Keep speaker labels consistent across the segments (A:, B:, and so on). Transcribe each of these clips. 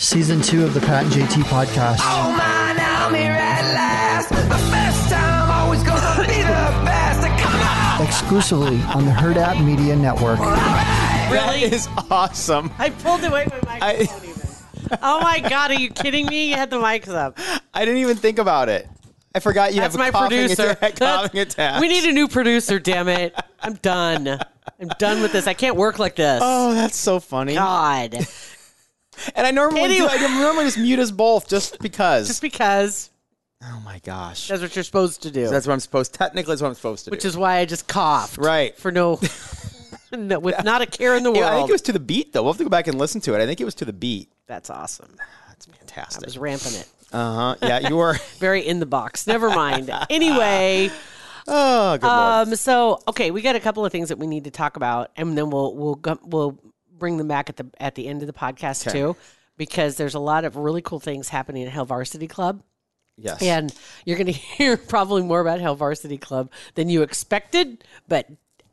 A: Season two of the Pat and JT podcast.
B: Oh man, I'm here at last. The best time always gonna be the best. Come on!
A: Exclusively on the Herd App Media Network.
C: Really?
D: That is awesome.
C: I pulled away my microphone
D: I-
C: even. Oh my god, are you kidding me? You had the mics up.
D: I didn't even think about it. I forgot you have
C: That's
D: a
C: my
D: coughing
C: producer.
D: attack. coughing attack.
C: We need a new producer, damn it. I'm done. I'm done with this. I can't work like this.
D: Oh, that's so funny.
C: God.
D: And I normally do,
C: Anyway.
D: I normally just mute us both just because.
C: Just because
D: oh my gosh.
C: that's what you're supposed to do.
D: That's what I'm supposed. Technically, that's what I'm supposed to
C: which
D: do.
C: is why I just coughed.
D: Right.
C: For no, no with not a care in the world.
D: yeah, I think it was to the beat though. We'll have to go back and listen to it. I think it was to the beat.
C: that's awesome.
D: That's
C: I was
D: fantastic.
C: ramping it.
D: Uh huh. Yeah, you were.
C: Very in the box. Never mind. Anyway.
D: oh, good lord.
C: Um. So okay, we got a couple of things that we need to talk about, and then we'll we'll go, we'll bring them back at the at the end of the podcast
D: Okay.
C: too, because there's a lot of really cool things happening at Hell Varsity Club,
D: Yes.
C: and you're going to hear probably more about Hell Varsity Club than you expected, but.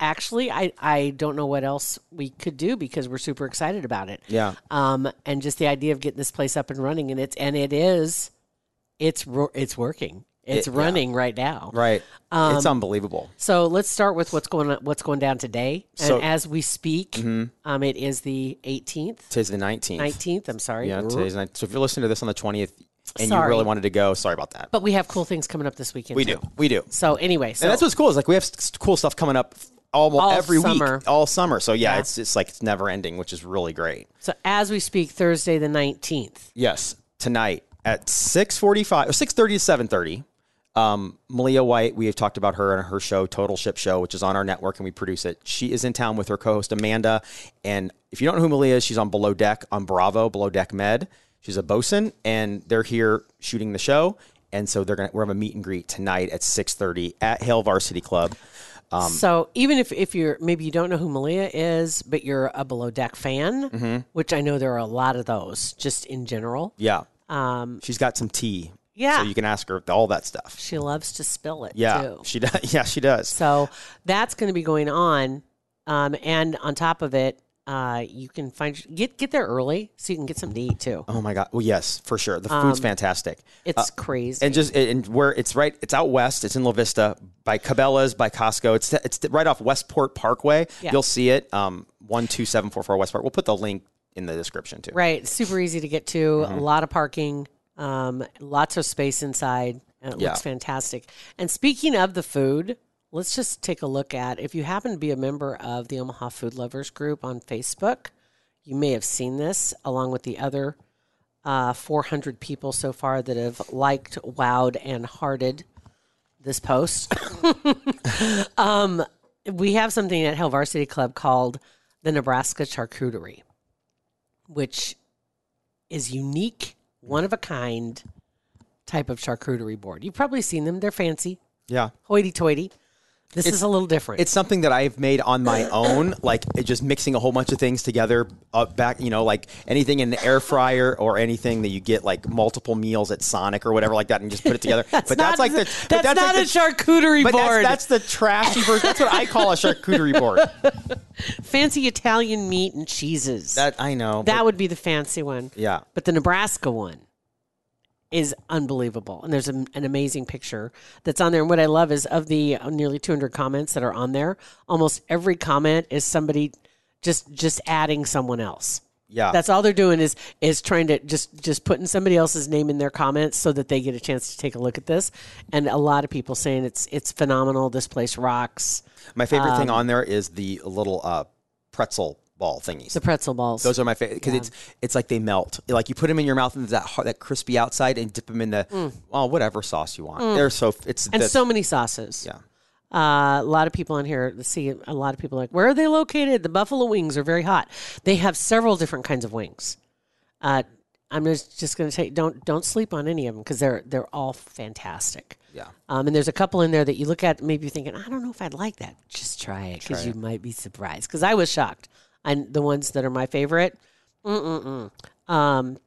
C: Actually, I, I don't know what else we could do because we're super excited about it.
D: Yeah.
C: Um, and just the idea of getting this place up and running, and it's and it is, it's ro- it's working, it's
D: It- yeah.
C: running right now.
D: Right. it's
C: Um,
D: unbelievable.
C: So let's start with what's going on, what's going down today. And
D: So- Mm-hmm.
C: as we speak, um, it is the 18th,
D: Today's the 19th.
C: 19th. I'm sorry.
D: Yeah, today's 19th. So if you're listening to this on the 20th and you
C: Sorry.
D: really wanted to go, sorry about that.
C: But we have cool things coming up this weekend.
D: we
C: too.
D: do. We do.
C: So anyway, so
D: and that's what's cool is like we have s- cool stuff coming up almost
C: All
D: every
C: summer.
D: week all summer. So yeah, it's it's like it's never ending, which is really great.
C: so as we speak, Thursday the 19th.
D: Yes, tonight at six forty five or six thirty to seven thirty. Um, Malia White, we have talked about her on her show, Total Ship Show, which is on our network and we produce it. She is in town with her co-host Amanda. And if you don't know who Malia is, she's on Below Deck on Bravo, Below Deck Med. She's a bosun, and they're here shooting the show. And so they're gonna we're gonna have a meet and greet tonight at six thirty at Hale Varsity Club. Um,
C: so even if, if you're maybe you don't know who Malia is, but you're a below deck fan,
D: Mm-hmm.
C: which I know there are a lot of those just in general.
D: Yeah. Um, she's got some tea.
C: Yeah.
D: So you can ask her all that stuff.
C: She loves to spill it
D: Yeah.
C: too.
D: She does. Yeah, she does.
C: So that's going to be going on, um, and on top of it, uh, you can find get get there early so you can get something to eat too.
D: Oh my god. Well, yes, for sure. The food's fantastic.
C: Um, It's crazy.
D: And just and where it's right, it's out west. It's in La Vista by Cabela's, by Costco. It's it's right off Westport Parkway.
C: Yeah.
D: You'll see it. Um, one two seven four four Westport. We'll put the link in the description too.
C: right, super easy to get to. A lot of parking, um, lots of space inside. uh, And it
D: Yeah.
C: looks fantastic. And speaking of the food, let's just take a look at if you happen to be a member of the Omaha Food Lovers group on Facebook, you may have seen this along with the other uh, 400 people so far that have liked, wowed, and hearted this post. um, we have something at Hell Varsity Club called the Nebraska Charcuterie, which is unique, one of a kind type of charcuterie board. You've probably seen them. They're fancy,
D: Yeah.
C: hoity toity. This is a little different.
D: It's something that I've made on my own, like it just mixing a whole bunch of things together. Uh, back, you know, like anything in the air fryer or anything that you get, like multiple meals at Sonic or whatever like that, and just put it together. but that's
C: not-
D: like the
C: that's
D: but that's
C: not
D: like
C: a charcuterie
D: but
C: board.
D: That's, that's the trashy version. That's what I call a charcuterie board.
C: fancy Italian meat and cheeses.
D: That I know.
C: That
D: but-
C: would be the fancy one.
D: Yeah.
C: But the Nebraska one is unbelievable. And there's an an amazing picture that's on there. And what I love is of the nearly 200 comments that are on there, almost every comment is somebody just just adding someone else.
D: yeah.
C: That's all they're doing is is trying to just just putting somebody else's name in their comments so that they get a chance to take a look at this. And a lot of people saying it's it's phenomenal. This place rocks.
D: my favorite
C: um,
D: thing on there is the little uh, pretzel ball thingies.
C: The pretzel balls.
D: Those are my favorite because it's it's like they melt. Like you put them in your mouth and it's that hard, that crispy outside, and dip them in the well whatever sauce you want. They're so it's
C: Mm. and
D: the-
C: so many sauces.
D: Yeah.
C: Uh, a lot of people on here let's see a lot of people are like, where are they located? The buffalo wings are very hot. They have several different kinds of wings. Uh, I'm just just going to say don't don't sleep on any of them because they're they're all fantastic.
D: Yeah.
C: Um, and there's a couple in there that you look at, maybe you're thinking, I don't know if I'd like that. Just try it because you might be surprised. Because I was shocked. And the ones that are my favorite, mm-mm-mm. Um,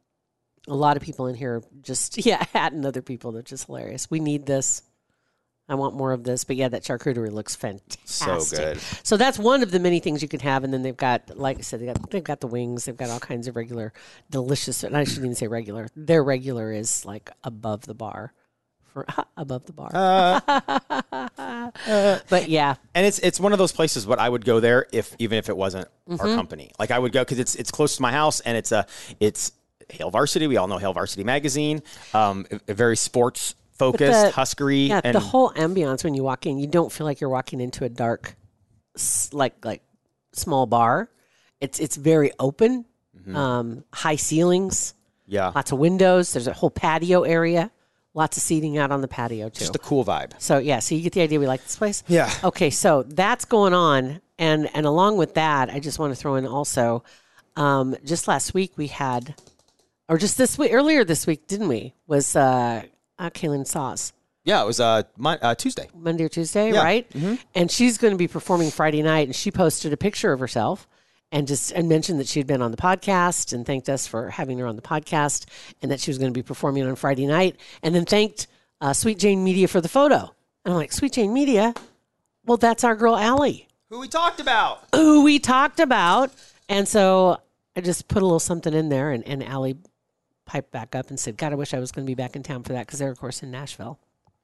C: a lot of people in here just yeah, at and other people they're just hilarious. We need this. I want more of this. But yeah, that charcuterie looks fantastic.
D: good.
C: So that's one of the many things you can have. And then they've got, like I said, they got, they've got the wings. They've got all kinds of regular, delicious. And I shouldn't even say regular. Their regular is like above the bar, for above the bar. but yeah,
D: And it's it's one of those places what I would go there if even if it wasn't our company. Like I would go because it's it's close to my house and it's a it's Hale Varsity. We all know Hale Varsity magazine. Um, a- a very sports focused,
C: the-
D: huskery,
C: yeah.
D: and
C: the whole ambiance when you walk in, you don't feel like you're walking into a dark, s- like like small bar. It's it's very open, um, high ceilings.
D: yeah,
C: lots of windows. There's a whole patio area, lots of seating out on the patio too.
D: just a cool vibe.
C: so yeah, so you get the idea. We like this place.
D: Yeah.
C: Okay, so that's going on, and and along with that, I just want to throw in also, um, just last week we had, or just this week earlier this week, didn't we? Was uh, uh Kaylin Saws.
D: Yeah, it was uh, mon- uh Tuesday.
C: Monday or Tuesday,
D: Yeah.
C: right? And she's going to be performing Friday night. And she posted a picture of herself and just and mentioned that she'd been on the podcast and thanked us for having her on the podcast and that she was going to be performing on Friday night. And then thanked uh, Sweet Jane Media for the photo. And I'm like, Sweet Jane Media? Well, that's our girl Allie,
D: Who we talked about?
C: who we talked about. And so I just put a little something in there, and, and Allie piped back up and said, God, I wish I was going to be back in town for that because they're, of course, in Nashville.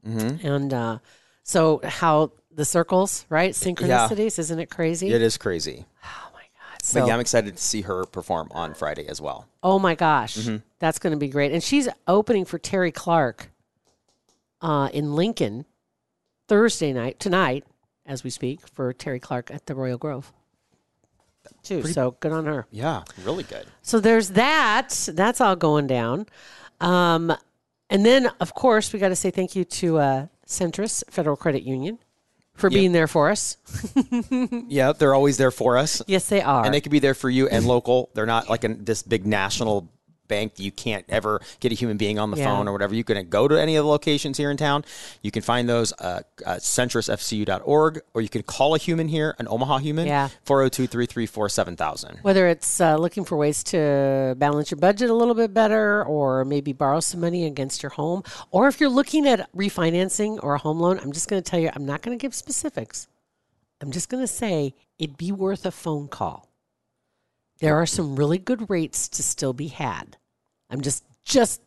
D: Mm-hmm.
C: And uh, so, how the circles, right? Synchronicities, isn't it crazy? Oh
D: It is crazy.
C: So-
D: But yeah, I'm excited to see her perform on Friday as well.
C: oh my gosh,
D: Mm-hmm.
C: that's going to be great. And she's opening for Terry Clark uh, in Lincoln Thursday night, tonight, as we speak, for Terry Clark at the Royal Grove. Too. so good on her.
D: Yeah, really good.
C: So there's that. That's all going down. Um, and then, of course, we got to say thank you to uh, Centris Federal Credit Union for being there for us.
D: Yeah, they're always there for us,
C: Yes, they are.
D: and they could be there for you and local. They're not like an, this big national bank that you can't ever get a human being on the
C: Yeah.
D: phone or whatever. You can go to any of the locations here in town. You can find those uh, at centrisfcu.org, or you can call a human here, an Omaha human,
C: Yeah.
D: 402 334 7000.
C: Whether it's uh, looking for ways to balance your budget a little bit better, or maybe borrow some money against your home, or if you're looking at refinancing or a home loan, I'm just going to tell you, I'm not going to give specifics. I'm just going to say it'd be worth a phone call. There are some really good rates to still be had. I'm just just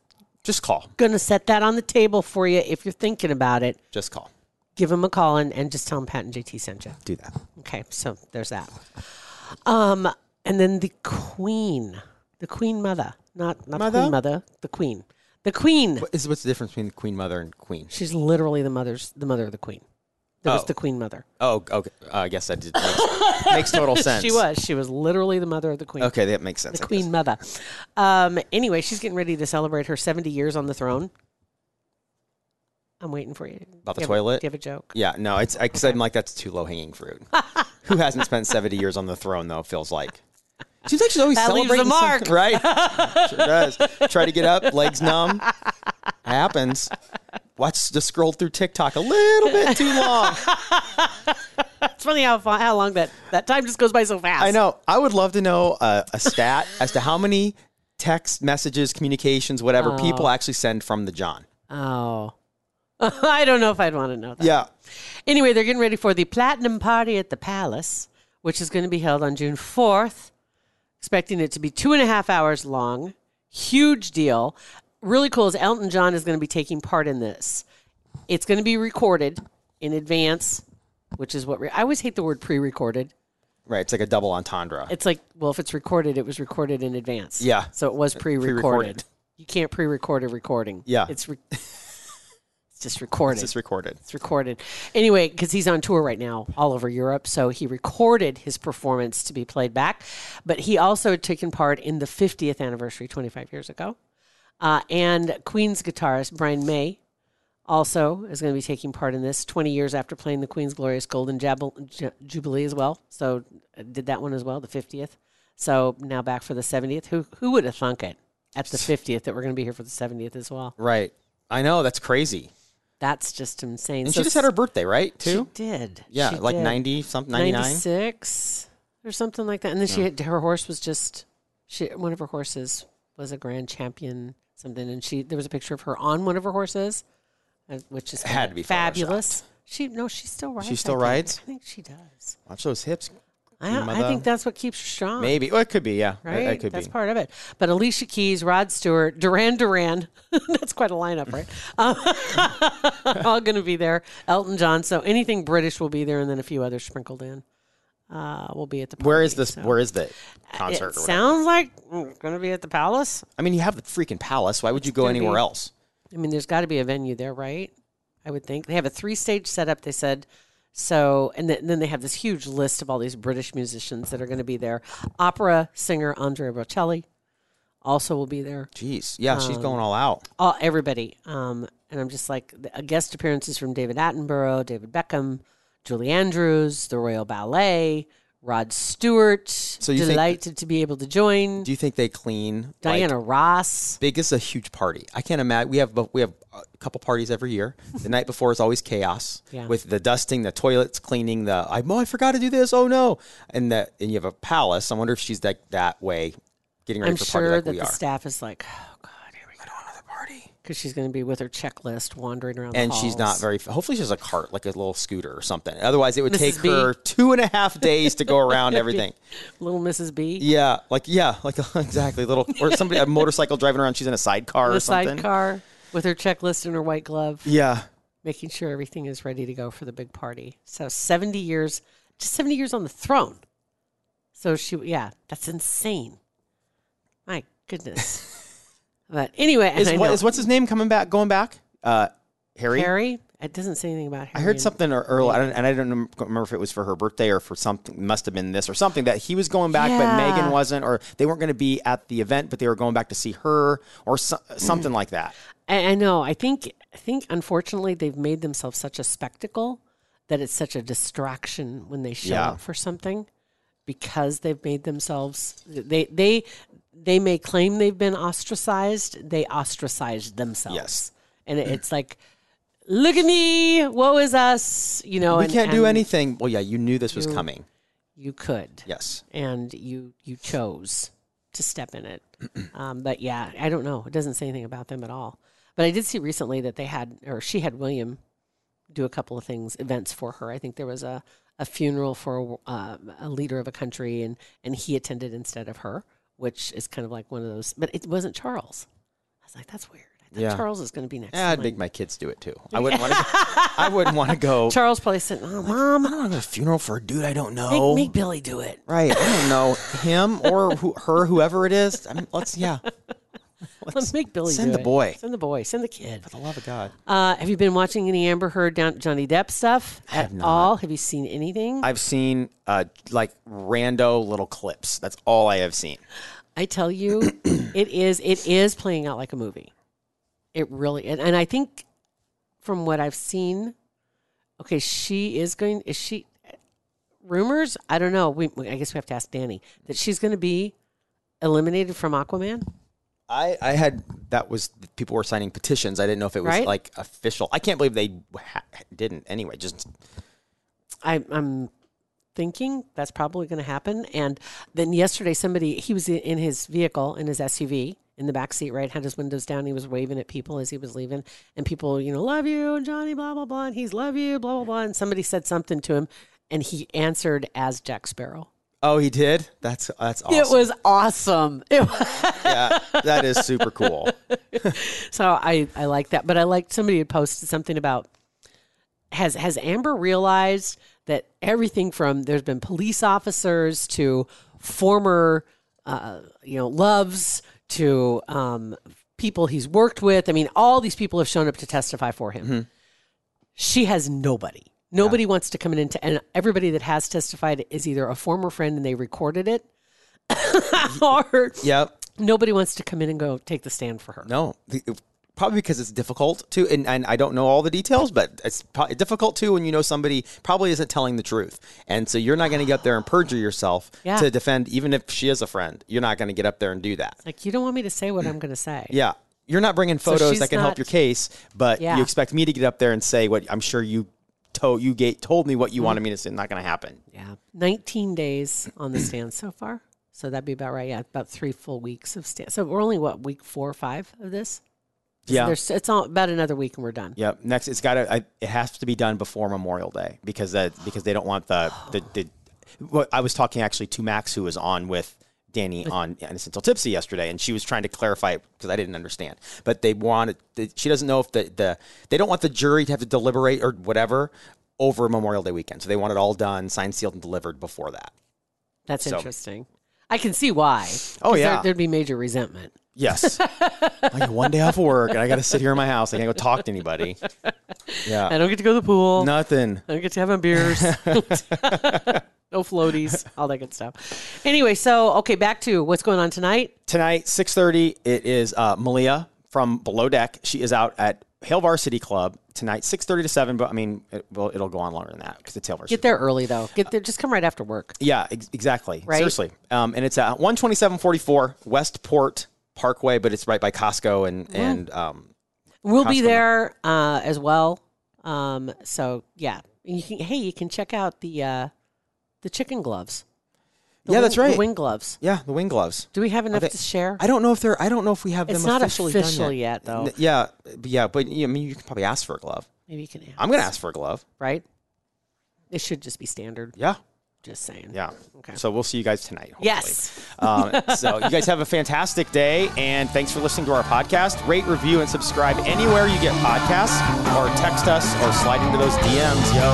D: Just call.
C: going to set that on the table for you if you're thinking about it.
D: Just call.
C: Give them a call and, and just tell them Pat and JT sent you.
D: Do that.
C: Okay, so there's that. Um, and then the queen, the queen mother, not not the
D: Mother?
C: queen mother, the queen, the queen.
D: What is, what's the difference between Queen Mother and Queen?
C: She's literally the mother's, the mother of the queen. That was
D: Oh.
C: the queen mother.
D: Oh, okay. Uh, I guess that did, makes, makes total sense.
C: She was. She was literally the mother of the queen.
D: Okay, that makes sense. I
C: The
D: guess.
C: queen mother. Um, anyway, she's getting ready to celebrate her 70 years on the throne. I'm waiting for you.
D: About the
C: Give a-
D: toilet?
C: give a joke.
D: Yeah, no, it's because I'm like that's too low hanging fruit. Who hasn't spent seventy years on the throne though? Feels like she's actually always
C: That leaves a
D: celebrating
C: mark.
D: something, right? sure does. Try to get up, legs numb. Happens. Watch just scroll through TikTok a little bit too long.
C: It's funny how fa- how long that, that time just goes by so fast.
D: I know. I would love to know uh, a stat as to how many text messages, communications, whatever people actually send from the John.
C: Oh. I don't know if I'd want to know that.
D: Yeah,
C: Anyway, they're getting ready for the Platinum Party at the Palace, which is going to be held on June 4th. Expecting it to be two and a half hours long. Huge deal. Really cool is Elton John is going to be taking part in this. It's going to be recorded in advance, which is what re- I always hate the word pre recorded.
D: right. It's like a double entendre.
C: It's like, well, if it's recorded, it was recorded in advance.
D: Yeah.
C: So it was pre recorded.
D: Pre-recorded.
C: You can't pre record a recording.
D: Yeah.
C: It's, re- it's just recorded.
D: it's just recorded.
C: It's recorded. Anyway, because he's on tour right now all over Europe. So he recorded his performance to be played back. But he also had taken part in the 50th anniversary 25 years ago. Uh, and Queen's guitarist Brian May also is going to be taking part in this 20 years after playing the Queen's Glorious Golden Jabble, Ju- Jubilee as well. So uh, did that one as well, the 50th. So now back for the 70th. Who, who would have thunk it? at the 50th that we're going to be here for the 70th as well.
D: Right. I know. That's crazy.
C: That's just insane.
D: And
C: So
D: she just had her birthday, right? Too.
C: She did.
D: yeah,
C: She
D: like
C: did.
D: ninety something, ninety nine.
C: 96 or something like that. And then she had, her horse was just she one of her horses was a grand champion something and she there was a picture of her on one of her horses uh, which is
D: Had to be
C: fabulous. She no, she still rides.
D: She still
C: I think.
D: rides?
C: I think she does.
D: Watch those hips.
C: I, I
D: Mother.
C: think that's what keeps her strong.
D: Maybe. Well, it could be. Yeah.
C: Right,
D: It, it could
C: that's
D: be.
C: part of it. But Alicia Keys, Rod Stewart, Duran Duran, that's quite a lineup, right? Uh, all going to be there. Elton John, so anything British will be there, and then a few others sprinkled in. Uh, will be at the. Party,
D: where is this?
C: so. Uh,
D: Where is the concert?
C: It
D: or whatever?
C: sounds like mm, going to be at the Palace.
D: I mean, you have the freaking palace. Why would you go
C: gonna
D: anywhere
C: be-
D: else?
C: I mean, there's got to be a venue there, right? I would think they have a three-stage setup. They said so, and then then they have this huge list of all these British musicians that are going to be there. Opera singer Andrea Bocelli also will be there.
D: Jeez. Yeah, she's going
C: Um,
D: all out.
C: all everybody. Um, and I'm just like the- uh, guest appearances from David Attenborough, David Beckham, Julie Andrews, the Royal Ballet, Rod Stewart. So
D: you think-
C: delighted to be able to join
D: Do you think they clean like,
C: Diana Ross.
D: big is a huge party. I can't imagine. We have bu- we have a couple parties every year. The night before is always chaos
C: Yeah.
D: with the dusting, the toilets cleaning, the I oh I forgot to do this. Oh no! And the and you have a palace. I wonder if she's that that way, getting ready
C: I'm
D: for a party
C: sure
D: like
C: that
D: we
C: the
D: are.
C: staff is like, oh god, here we go. Because she's going to be with her checklist wandering around. the
D: and she's not
C: halls.
D: very. Hopefully, she has a cart, like a little scooter or something. Otherwise, it would
C: Mrs.
D: take
C: B.
D: her two and a half days to go around everything.
C: little Mrs. B.
D: Yeah, like yeah, like exactly. Little or somebody a motorcycle driving around. She's in a sidecar
C: the
D: or something.
C: sidecar with her checklist and her white glove.
D: Yeah,
C: making sure everything is ready to go for the big party. So 70 years, just 70 years on the throne. So she, yeah, that's insane. My goodness. but anyway, and
D: is,
C: I
D: what,
C: know-
D: is what's his name coming back? Going back? Uh, Harry.
C: Harry? It doesn't say anything about Harry.
D: I heard
C: and-
D: something or early, I don't, and I don't rem- remember if it was for her birthday or for something. Must have been this or something that he was going back, but
C: Yeah.
D: Megan wasn't, or they weren't going to be at the event, but they were going back to see her, or so, something like that.
C: I, I know. I think. I think. Unfortunately, they've made themselves such a spectacle that it's such a distraction when they show
D: Yeah.
C: up for something because they've made themselves. They they they may claim they've been ostracized. They ostracized themselves.
D: Yes.
C: and it, it's like, look at me. Woe is us. You know,
D: we
C: Oh, and-
D: can't do
C: and
D: anything. Well, yeah, you knew this was coming.
C: You could
D: Yes,
C: and you you chose to step in it. um, but yeah, I don't know. It doesn't say anything about them at all. But I did see recently that they had or she had William do a couple of things events for her. I think there was a a funeral for a, um, a leader of a country and and he attended instead of her, which is kind of like one of those. But it wasn't Charles. I was like, that's weird. I thought
D: Yeah.
C: Charles was going to be next.
D: yeah,
C: in
D: I'd
C: line.
D: make my kids do it too. I wouldn't want to. I wouldn't want to go.
C: Charles probably said, "Oh, mom,
D: I don't want to go to a funeral for a dude I don't
C: make,
D: know.
C: make Billy do it."
D: Right, I don't know him or who, her, whoever it is. I mean, let's yeah,
C: Let's make Billy
D: send
C: do
D: the
C: it.
D: boy.
C: Send the boy. Send the kid.
D: for the love of God.
C: Uh, have you been watching any Amber Heard down Johnny Depp stuff at all? Have you seen anything? I,
D: I've seen uh, like rando little clips. That's all I have seen.
C: tell you, it is it is playing out like a movie. It really and, and I think from what I've seen, okay, she is going. Is she? Rumors? I don't know. We I guess we have to ask Danny that she's going to be eliminated from Aquaman.
D: I, I had that was people were signing petitions. I didn't know if it was
C: Right?
D: like official. I can't believe they ha- didn't anyway. Just
C: I, I'm thinking that's probably going to happen. And then yesterday, somebody he was in his vehicle in his SUV in the back seat, right, had his windows down. He was waving at people as he was leaving, and people, you know, love you, and Johnny, blah blah blah, and he's love you, blah blah blah. And somebody said something to him, and he answered as Jack Sparrow.
D: oh, he did. That's that's awesome.
C: It was awesome. It was.
D: yeah, that is super cool.
C: So I, I like that. But I liked somebody had posted something about has has Amber realized that everything from there's been police officers to former uh, you know loves to um, people he's worked with. I mean, all these people have shown up to testify for him. She has nobody. Nobody wants to come in and, t- and everybody that has testified is either a former friend and they recorded it, or
D: Yep.
C: nobody wants to come in and go take the stand for her.
D: No, the- probably because it's difficult to, and, and I don't know all the details, but it's pro- difficult too when you know somebody probably isn't telling the truth. And so you're not going to get up there and perjure yourself
C: Yeah.
D: to defend, even if she is a friend. You're not going to get up there and do that.
C: Like you don't want me to say what I'm going to say.
D: Yeah. You're not bringing photos
C: she's
D: that can help
C: not-
D: your case, but
C: Yeah.
D: you expect me to get up there and say what I'm sure you told you gate told me what you wanted me to say. Not going to happen.
C: Yeah. 19 days on the stand so far. So that'd be about right. Yeah. About three full weeks of stand. So we're only, what, week four or five of this? So
D: Yeah.
C: there's, it's all, about another week and we're done.
D: Yep. Next, it's got to. It has to be done before Memorial Day because that because they don't want the the. the what I was talking actually to Max, who was on with Danny on Innocent Till Tipsy yesterday, and she was trying to clarify because I didn't understand. But they wanted. They, she doesn't know if the the they don't want the jury to have to deliberate or whatever over Memorial Day weekend, so they want it all done, signed, sealed, and delivered before that.
C: That's
D: So-
C: interesting. I can see why. 'Cause
D: Oh,
C: there-
D: yeah.
C: there'd be major resentment.
D: Yes. I get one day off of work, and I got to sit here in my house. I can't go talk to anybody.
C: I
D: Yeah.
C: don't get to go to the pool.
D: Nothing.
C: I don't get to have my beers. no floaties, all that good stuff. Anyway, so okay, back to what's going on tonight.
D: tonight 6.30 it is uh, malia from below deck she is out at hale varsity club tonight 6.30 to 7 but i mean it, well, it'll go on longer than that because it's hale varsity
C: Get there early though. Get there. Just come right after work.
D: yeah ex- exactly
C: Right?
D: seriously um, and it's at 12744 westport parkway but it's right by costco and and um,
C: We'll be
D: Costco.
C: there uh, as well. Um, so yeah, And you can. Hey, you can check out the uh, the chicken gloves. The
D: Yeah,
C: wing-
D: that's right.
C: The wing gloves.
D: yeah the wing gloves
C: Do we have enough
D: they-
C: to share?
D: i don't know if they're i don't know if we have
C: It's
D: them
C: not
D: officially
C: official
D: done yet,
C: yet, though.
D: N- yeah but yeah but yeah, i mean you can probably ask for a glove
C: Maybe you can. Ask,
D: i'm gonna ask for a glove
C: right. It should just be standard.
D: yeah
C: Just saying.
D: yeah
C: Okay.
D: so we'll see you guys tonight hopefully.
C: Yes.
D: Um, so you guys have a fantastic day, and thanks for listening to our podcast. Rate, review, and subscribe anywhere you get podcasts, or text us, or slide into those DMs. Yo,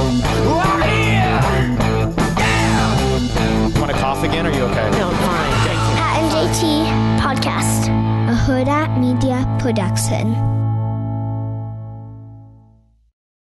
B: Right here. Yeah.
D: want to cough again? Are you okay?
C: No, fine. Thank you.
E: Pat and JT Podcast, a Huda Media Production.